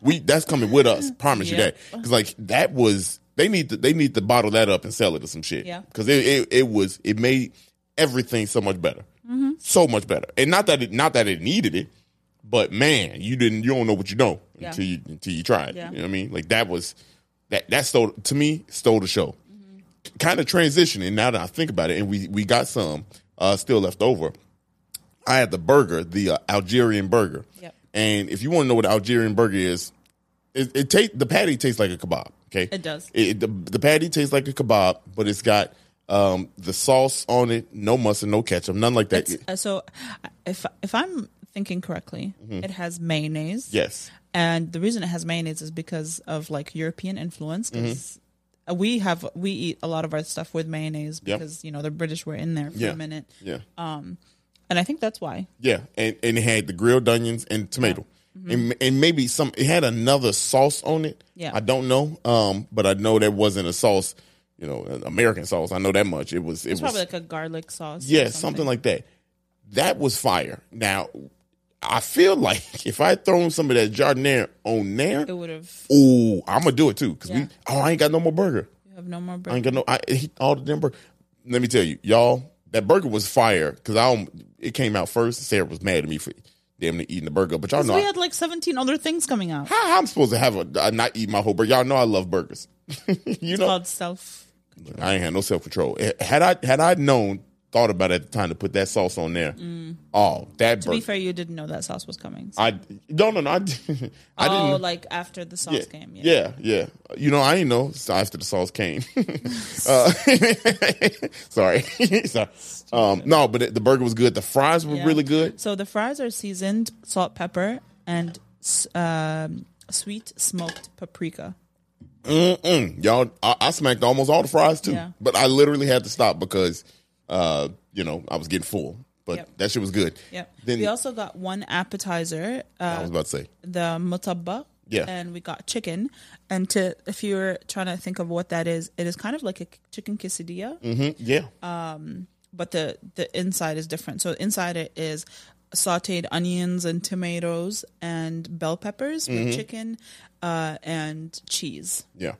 we that's coming with us. Promise you
Yeah.
that because like that was they need to they need to bottle that up and sell it or some shit.
Yeah.
because it, it it was it made everything so much better,
Mm-hmm.
so much better. And not that it not that it needed it, but man, you didn't you don't know what you know
Yeah.
until you until you try it.
Yeah.
You know what I mean? Like that was that that stole to me stole the show
Mm-hmm.
kind of transitioning now that I think about it, and we we got some uh, still left over. I had the burger, the uh, Algerian burger,
Yep.
and if you want to know what Algerian burger is, it, it ta- the patty tastes like a kebab. Okay,
It does.
It, the, the patty tastes like a kebab, but it's got um, the sauce on it, no mustard, no ketchup, none like that.
It's- uh, so uh, if if I'm thinking correctly,
Mm-hmm.
it has mayonnaise.
yes,
and the reason it has mayonnaise is because of like European influence.
Mm-hmm.
'cause, uh, We have we eat a lot of our stuff with mayonnaise
Yeah.
because you know the British were in there for
Yeah.
a minute,
yeah.
and I think that's why.
Yeah, and, and it had the grilled onions and tomato, and and maybe some. It had another sauce on it.
Mm-hmm. Yeah.
I don't know. Um, but I know that wasn't a sauce. You know, an American sauce. I know that much. It was. It
It's
was
probably like a garlic sauce. or
yeah, something. like that. That was fire. Now, I feel like if I had thrown some of that jardinere on there,
it would have.
ooh, I'm gonna do it too. Cause we,
Yeah.
oh, I ain't got no more burger.
You have no more
I
bread.
ain't got no. I ate all the damn burger. Let me tell you, y'all, that burger was fire because I don't- it came out first. Sarah was mad at me for damn near eating the burger, but y'all know
we
I-
had like seventeen other things coming out.
how I'm supposed to have a I not eat my whole burger. Y'all know I love burgers. you know,
Called self.
Look, I ain't had no self control. Had I had I known, thought about it at the time to put that sauce on there. Oh, that
Mm. To be
burger!
fair, you didn't know that sauce was coming. So.
I no no no. I, didn't- I didn't.
oh, like after the sauce game. Yeah.
yeah, yeah. You know, I ain't know so after the sauce came. uh, sorry, sorry. Um, no, but it, the burger was good. The fries were
Yeah.
really good.
So the fries are seasoned salt, pepper, and s- um, sweet smoked paprika.
Mm-mm. Y'all, I, I smacked almost all the fries too,
Yeah.
but I literally had to stop because, uh, you know, I was getting full. But
Yep.
that shit was good.
Yep.
Then
we also got one appetizer,
I
uh,
was about to say,
the mutabba.
Yeah.
And we got chicken. And to if you're trying to think of what that is, it is kind of like a chicken quesadilla,
hmm yeah,
but the the inside is different. So inside it is sautéed onions and tomatoes and bell peppers
Mm-hmm.
with chicken uh, and cheese.
yeah.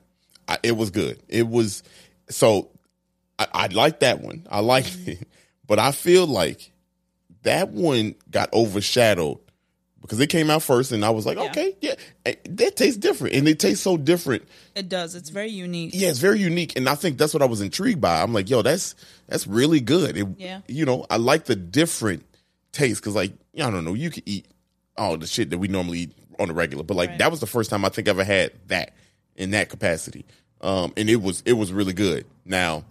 I, it was good. It was so. I, I like that one. I like it, but I feel like that one got overshadowed because it came out first, and I was like,
Yeah.
okay, yeah, eh, that tastes different, and it tastes so different.
It does. It's very unique.
Yeah, it's very unique, and I think that's what I was intrigued by. I'm like, yo, that's that's really good. It,
Yeah.
you know, I like the different taste because, like, I don't know, you could eat all the shit that we normally eat on the regular, but like
Right.
that was the first time I think I ever had that in that capacity, um, and it was it was really good. Now,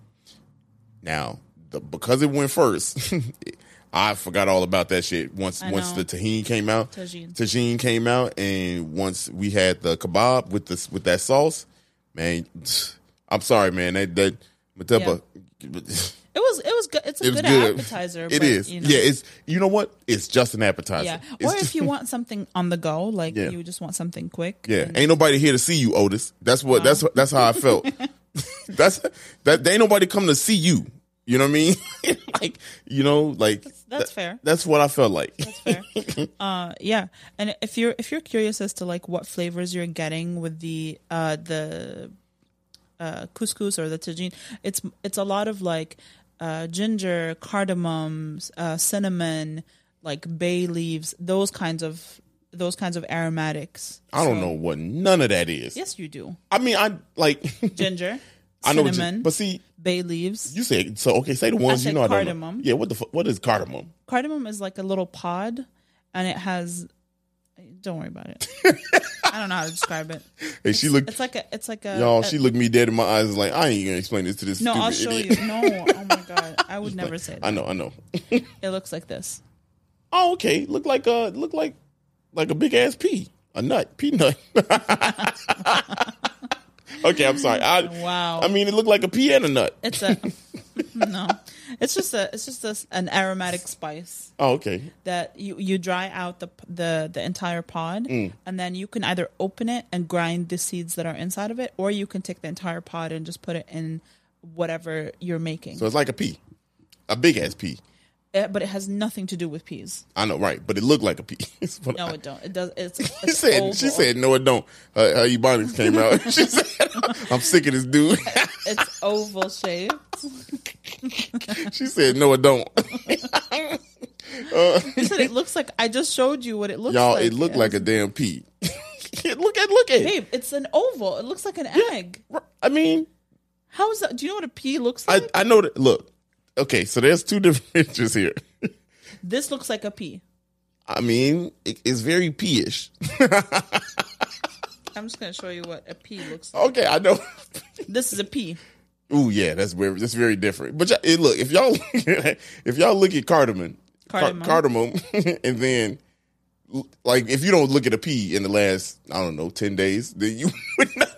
now the, because it went first. I forgot all about that shit once
I
once
know.
the tahini came out.
Tajin.
Tajin came out, and once we had the kebab with this with that sauce, man, I'm sorry, man. That that Mateba,
It was. It was good. It's a
it was
good,
good.
appetizer.
It
but,
is.
You know,
Yeah, it's you know what? It's just an appetizer.
Yeah.
It's
Or
just-
if you want something on the go, like
Yeah.
you just want something quick.
yeah,
then-
ain't nobody here to see you, Otis. That's what. That's what- that's how I felt. that's that. They ain't nobody come to see you. You know what I mean? like you know, like
that's fair.
That's what I felt like.
That's fair. uh, yeah, and if you're if you're curious as to like what flavors you're getting with the uh, the uh, couscous or the tagine, it's it's a lot of like uh, ginger, cardamom, uh, cinnamon, like bay leaves, those kinds of those kinds of aromatics.
I don't know what none of that is.
Yes, you do
I mean, I like.
ginger,
I know, what you,
cinnamon,
but see,
bay leaves.
you said so. Okay, say the ones you
said
know. I don't know.
cardamom.
Yeah, what the fu- what is cardamom?
Cardamom is like a little pod, and it has. Don't worry about it. I don't know how to describe it.
Hey, she looked.
It's like a. It's like a.
Y'all,
a-
she looked me dead in my eyes. Like I ain't gonna explain this to this.
No,
stupid
I'll show
idiot.
you. No, oh my god, I would never say
I
that.
know, I know.
It looks like this.
Oh, okay. Look like a look like like a big ass pea, a nut, peanut. okay, I'm sorry. I
Wow.
I mean, it looked like a pea and a nut.
It's a no. It's just a. It's just a, an aromatic spice
Oh, okay.
that you you dry out the the the entire pod,
Mm.
and then you can either open it and grind the seeds that are inside of it, or you can take the entire pod and just put it in whatever you're making.
So it's like a pea, a big ass pea.
Eh, but it has nothing to do with peas.
I know, right? But it looked like a pea. It's what
No,
I-
it don't. It does. It's.
She
it's
said, she
oval.
said, no, it don't. Her, her Ebonics came out. she said, I'm sick of this dude.
it's oval shaped.
she said, no, it don't.
You said it looks like I just showed you what it looks
Y'all,
like.
it looked
Yeah.
like a damn pea. look at, look at. it.
Babe, it's an oval. It looks like an egg.
I mean,
How is that? Do you know what a pea looks like?
I, I know that. Look, okay, so there's two different pictures here.
this looks like a pea.
I mean, it, it's very pea-ish.
I'm just gonna show you what a pea looks like.
Okay, I know.
This is a pea.
Ooh, yeah, that's very, that's very different. But y'all, it, look, if y'all if y'all look at cardamom, car- cardamom,
Cardamom.
and then like if you don't look at a pea in the last I don't know ten days, then you would not,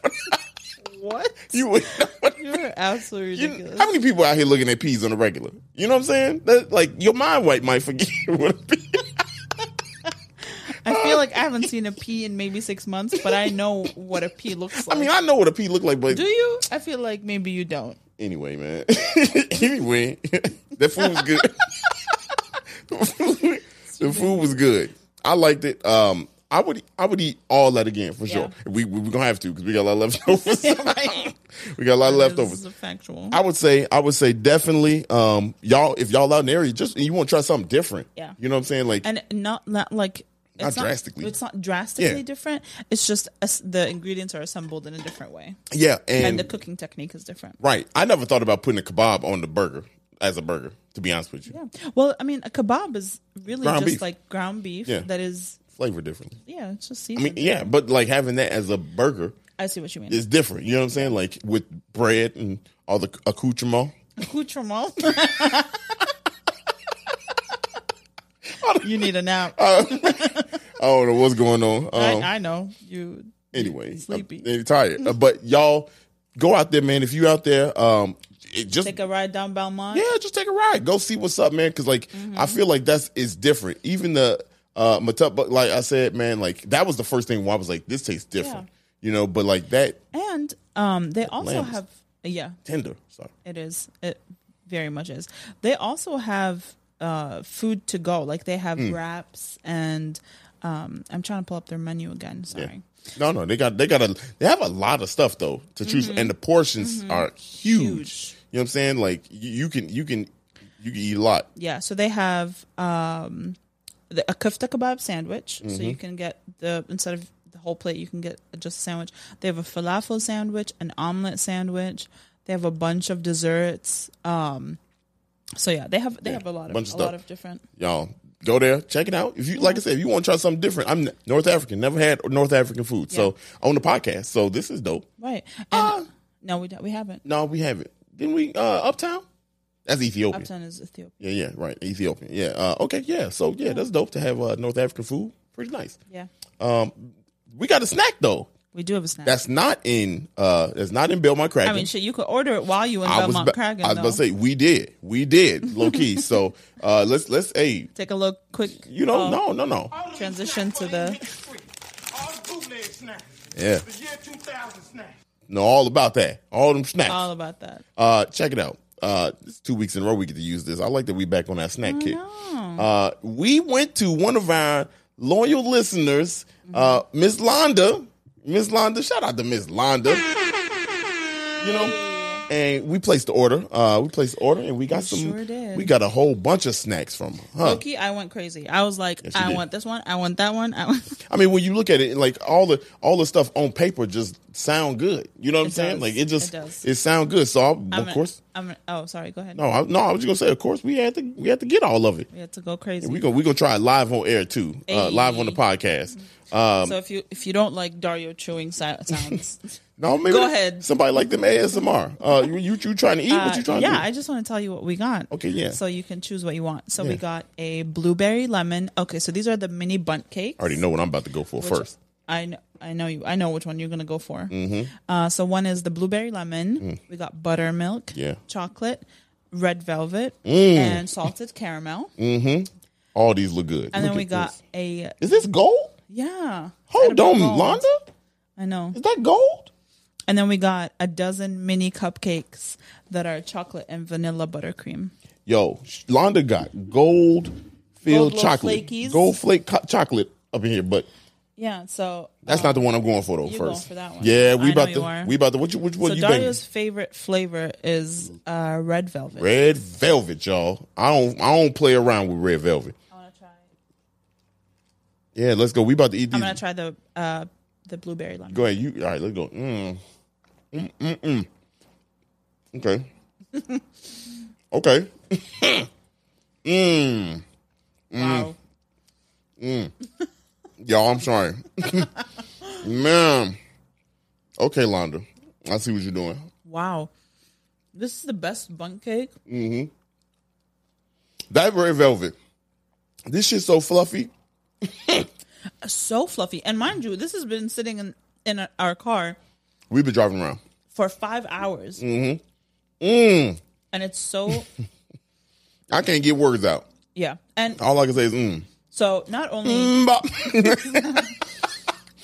What?
you would not,
You're absolutely
you-
ridiculous.
how many people out here looking at peas on the regular? You know what I'm saying? That, like your mind white might forget what a pea.
I feel like I haven't seen a pea in maybe six months, but I know what a pea looks
I
like.
mean, I know what a pea look like, but
Do you? I feel like maybe you don't.
anyway, man. anyway, that food was good. the, food, the food was good. I liked it. Um, I would I would eat all that again for sure. We we are gonna have to because we got a lot of leftovers.
Right.
we got a lot of
This
leftovers.
is factual.
I would say I would say definitely. Um, y'all if y'all out in the area, just you want to try something different.
Yeah.
you know what I'm saying? Like
and not not like it's
Not drastically.
It's not drastically
Yeah.
different. It's just as the ingredients are assembled in a different way,
yeah,
and
and,
the cooking technique is different.
right. I never thought about putting a kebab on the burger as a burger. To be honest with you,
Yeah. Well, I mean, a kebab is really
Ground
just
beef.
like ground beef
Yeah.
that is,
flavor differently.
yeah, it's just
I
seasoned. I,
mean, yeah, but like having that as a burger.
see what you mean.
it's different. You know what I'm saying? Like with bread and all the accoutrement.
Accoutrement. you need a nap.
I don't know what's going on. Um,
I, I know you.
anyway,
sleepy.
I'm, I'm tired. Uh, but y'all go out there, man. If you out there, um, it just
Take a ride down Belmont.
yeah, just take a ride. Go see what's up, man. Because like
Mm-hmm.
I feel like that's it's different. Even the uh, Matup, but like I said, man, like that was the first thing where I was like, this tastes different.
Yeah.
You know, but like that
And um, they also
Lambs.
have yeah,
tender. Sorry.
it is. It very much is. They also have uh food to go. Like they have
Hmm.
wraps and um I'm trying to pull up their menu again. Sorry.
No, no, they got they got a they have a lot of stuff though to choose, from, and the portions are huge.
Mm-hmm. Huge.
You know what I'm saying? Like you, you can you can you can eat a lot.
Yeah, so they have um the, a kofta kebab sandwich. So
Mm-hmm.
you can get the instead of the whole plate, you can get just a sandwich. They have a falafel sandwich, an omelet sandwich. They have a bunch of desserts. Um, so yeah, they have they have a lot of
bunch of
a lot
stuff.
of different.
y'all go there check it out if you like
Mm-hmm.
i said if you want to try something different i'm north african never had north african food so on the podcast so this is dope
Right. And,
Ah!
uh, no, we don't, we haven't.
no we haven't didn't we uh uptown that's ethiopian
Upton is Ethiopia.
yeah yeah right ethiopian yeah uh okay yeah so yeah that's dope to have uh north african food pretty nice
Yeah,
um we got a snack though
we do have a snack.
that's not in uh that's not in belmont Cracker.
I mean, shit, you could order it while you in
I was,
Belmont
ba-
Kragan.
I was about
though.
to say we did, we did, low key. so uh, let's let's hey,
Take a look, quick.
you know,
uh,
no, no, no,
Transition to the.
All the bootleg snacks.
yeah,
The year 2000 snacks.
know all about that, all them snacks.
All about that.
Uh, check it out. Uh, it's two weeks in a row we get to use this. I like that we back on that snack kick. Uh, we went to one of our loyal listeners, uh, Miss Londa. Miss Londa, shout out to Miss Londa. You know, and we placed the order. Uh, we placed the order, and we got some.
sure did.
We got a whole bunch of snacks from her. Huh?
Loki, I went crazy. I was like,
you
I
did.
want this one. I want that one. I want.
I mean, when you look at it, like all the all the stuff on paper just sound good. You know what I'm
It
saying?
does.
Like it just
It does.
it, sound good. So I, of
I'm gonna-
course,
I'm. gonna- Oh, sorry. Go ahead.
no, I, no, I was just gonna say, of course, we had to we had to get all of it.
We had to go crazy.
We gonna we gonna try it live on air too, uh,
Hey.
live on the podcast. Um,
so if you if you don't like Dario chewing si- sounds,
no, maybe
Go ahead.
Somebody like them ASMR. Uh, you, you you trying to eat? what
uh,
you trying to?
yeah, I just want to tell you what we got.
Okay, yeah.
So you can choose what you want. So
Yeah.
we got a blueberry lemon. Okay, so these are the mini bunt cakes.
I already know what I'm about to go for first. Mm-hmm.
I know, I know you. I know which one you're gonna go for. Uh, so one is the blueberry lemon. We got buttermilk,
Mm. Yeah. Mm.
chocolate, red velvet, and salted caramel.
All these look good.
And
Look
then we
at
got
this.
a
Is this gold?
yeah.
Hold
edible
on,
gold.
Londa.
I know.
Is that gold?
And then we got a dozen mini cupcakes that are chocolate and vanilla buttercream.
Yo, Londa got gold
Gold
filled
little
chocolate,
flakies.
gold flake co- chocolate up in here, but.
Yeah. So
That's not the one I'm going for though.
you're going
first,
for that one.
yeah,
I
we
know
about
you
to,
are.
we about to. What you, which one
so
you
Dario's
think?
favorite flavor is uh, red velvet.
Red velvet, y'all. I don't, I don't play around with red velvet.
I want to try.
Yeah, let's go. We about to eat these.
I'm gonna try the uh, the blueberry lemon.
Go ahead. You all right? Let's go. Mm. Mm, mm, mm. Okay. okay. Mm.
Wow.
Y'all, I'm sorry. Man. Okay, Londa. I see what you're doing.
Wow. This is the best bunk cake.
That red velvet. This shit's so fluffy.
So fluffy. And mind you, this has been sitting in, in our car
We've been driving around.
for five hours.
Mm-hmm. Mm.
And it's so,
I can't get words out.
yeah. And
All I can say is mm.
so not only,
Bop.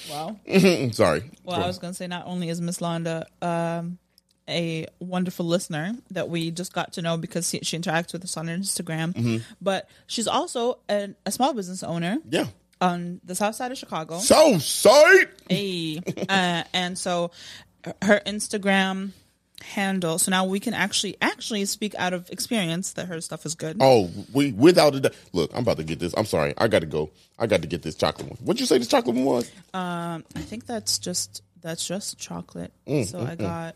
wow.
mm, sorry.
Well, I was going to say, not only is Miss Londa um, a wonderful listener that we just got to know because she, she interacts with us on Instagram,
Mm-hmm.
but she's also an, a small business owner
yeah.
on the south side of Chicago.
So sorry.
Hey. uh, and so her Instagram handle. So now we can actually actually speak out of experience that her stuff is good.
Oh, we without a doubt. Look, I'm about to get this. I'm sorry. I got to go. I got to get this chocolate one. What'd you say this chocolate one was?
I think that's just that's just chocolate.
Mm,
so I got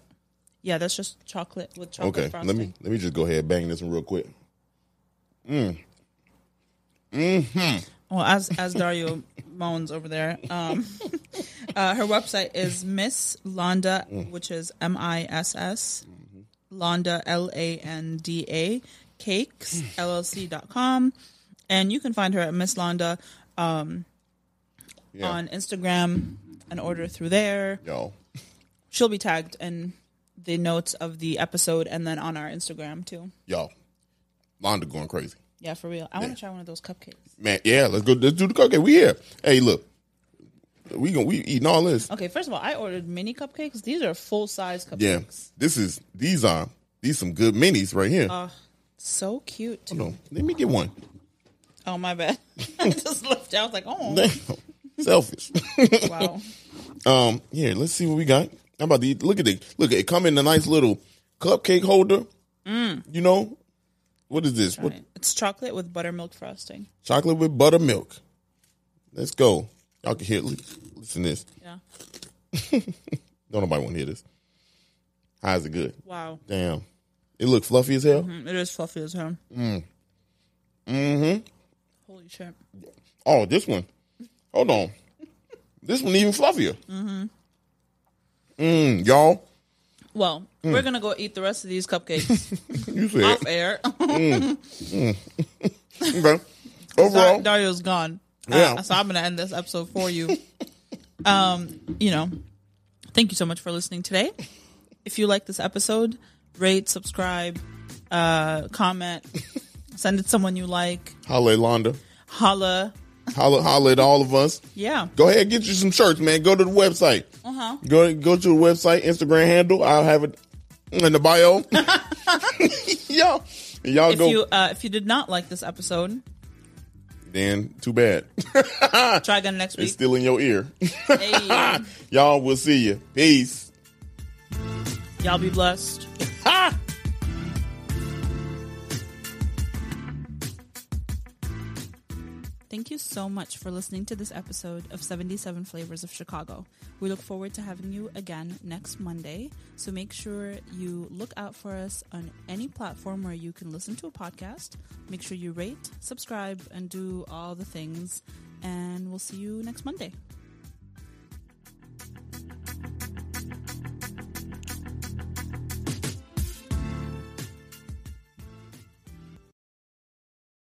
yeah, that's just chocolate with chocolate
Okay,
frosting.
let me let me just go ahead and bang this one real quick.
Well, as as Dario moans over there, um, uh, her website is Miss Londa, which is M I S S Londa L A N D A Cakes LLC.com. and you can find her at Miss Londa um,
Yeah.
on Instagram and order through there.
Yo.
She'll be tagged in the notes of the episode and then on our Instagram too.
Yo. Londa going crazy.
Yeah, for real. I want to try one of those cupcakes.
Man, yeah, let's go let's do the cupcake. We here. Hey, look. We going to we eating all this.
Okay, first of all, I ordered mini cupcakes. These are full size cupcakes.
Yeah. This is these are these some good minis right
Oh,
here.
So cute.
Hold on. Let me get one.
Oh my bad. I just left out. I was like, oh
Damn. Selfish.
wow.
Um, here, let's see what we got. I'm about to eat. Look at it. Look at it. Come in a nice little cupcake holder. You know, What is this? What,
Right. It's chocolate with buttermilk frosting.
chocolate with buttermilk. Let's go. Y'all can hear. Listen to this.
Yeah.
Don't nobody want to hear this. How is it good?
Wow.
Damn. It looked fluffy as hell.
Mm, It is fluffy as hell. Mm. Mm-hmm. Holy shit.
Oh, this one. Hold on. this one even fluffier. Mm-hmm. Mm, y'all.
Well, we're gonna go eat the rest of these cupcakes
You said
off air.
okay. Overall,
Dar- Dario's gone. Uh,
Yeah.
so I'm gonna end this episode for you. um, you know, thank you so much for listening today. If you like this episode, rate, subscribe, uh, comment, send it to someone you like,
holla at Londa.
holla.
Holla, holla at all of us.
Yeah.
Go ahead, get you some shirts, man. Go to the website.
Uh-huh.
Go go to the website, Instagram handle. I'll have it in the bio. y'all, y'all
If
go.
you uh, if you did not like this episode,
then too bad.
try again next week.
it's still in your ear.
Hey,
y'all, we'll see you. Peace.
y'all be blessed. Thank you so much for listening to this episode of 77 Flavors of Chicago. We look forward to having you again next Monday. So make sure you look out for us on any platform where you can listen to a podcast. Make sure you rate, subscribe, and do all the things. And we'll see you next Monday.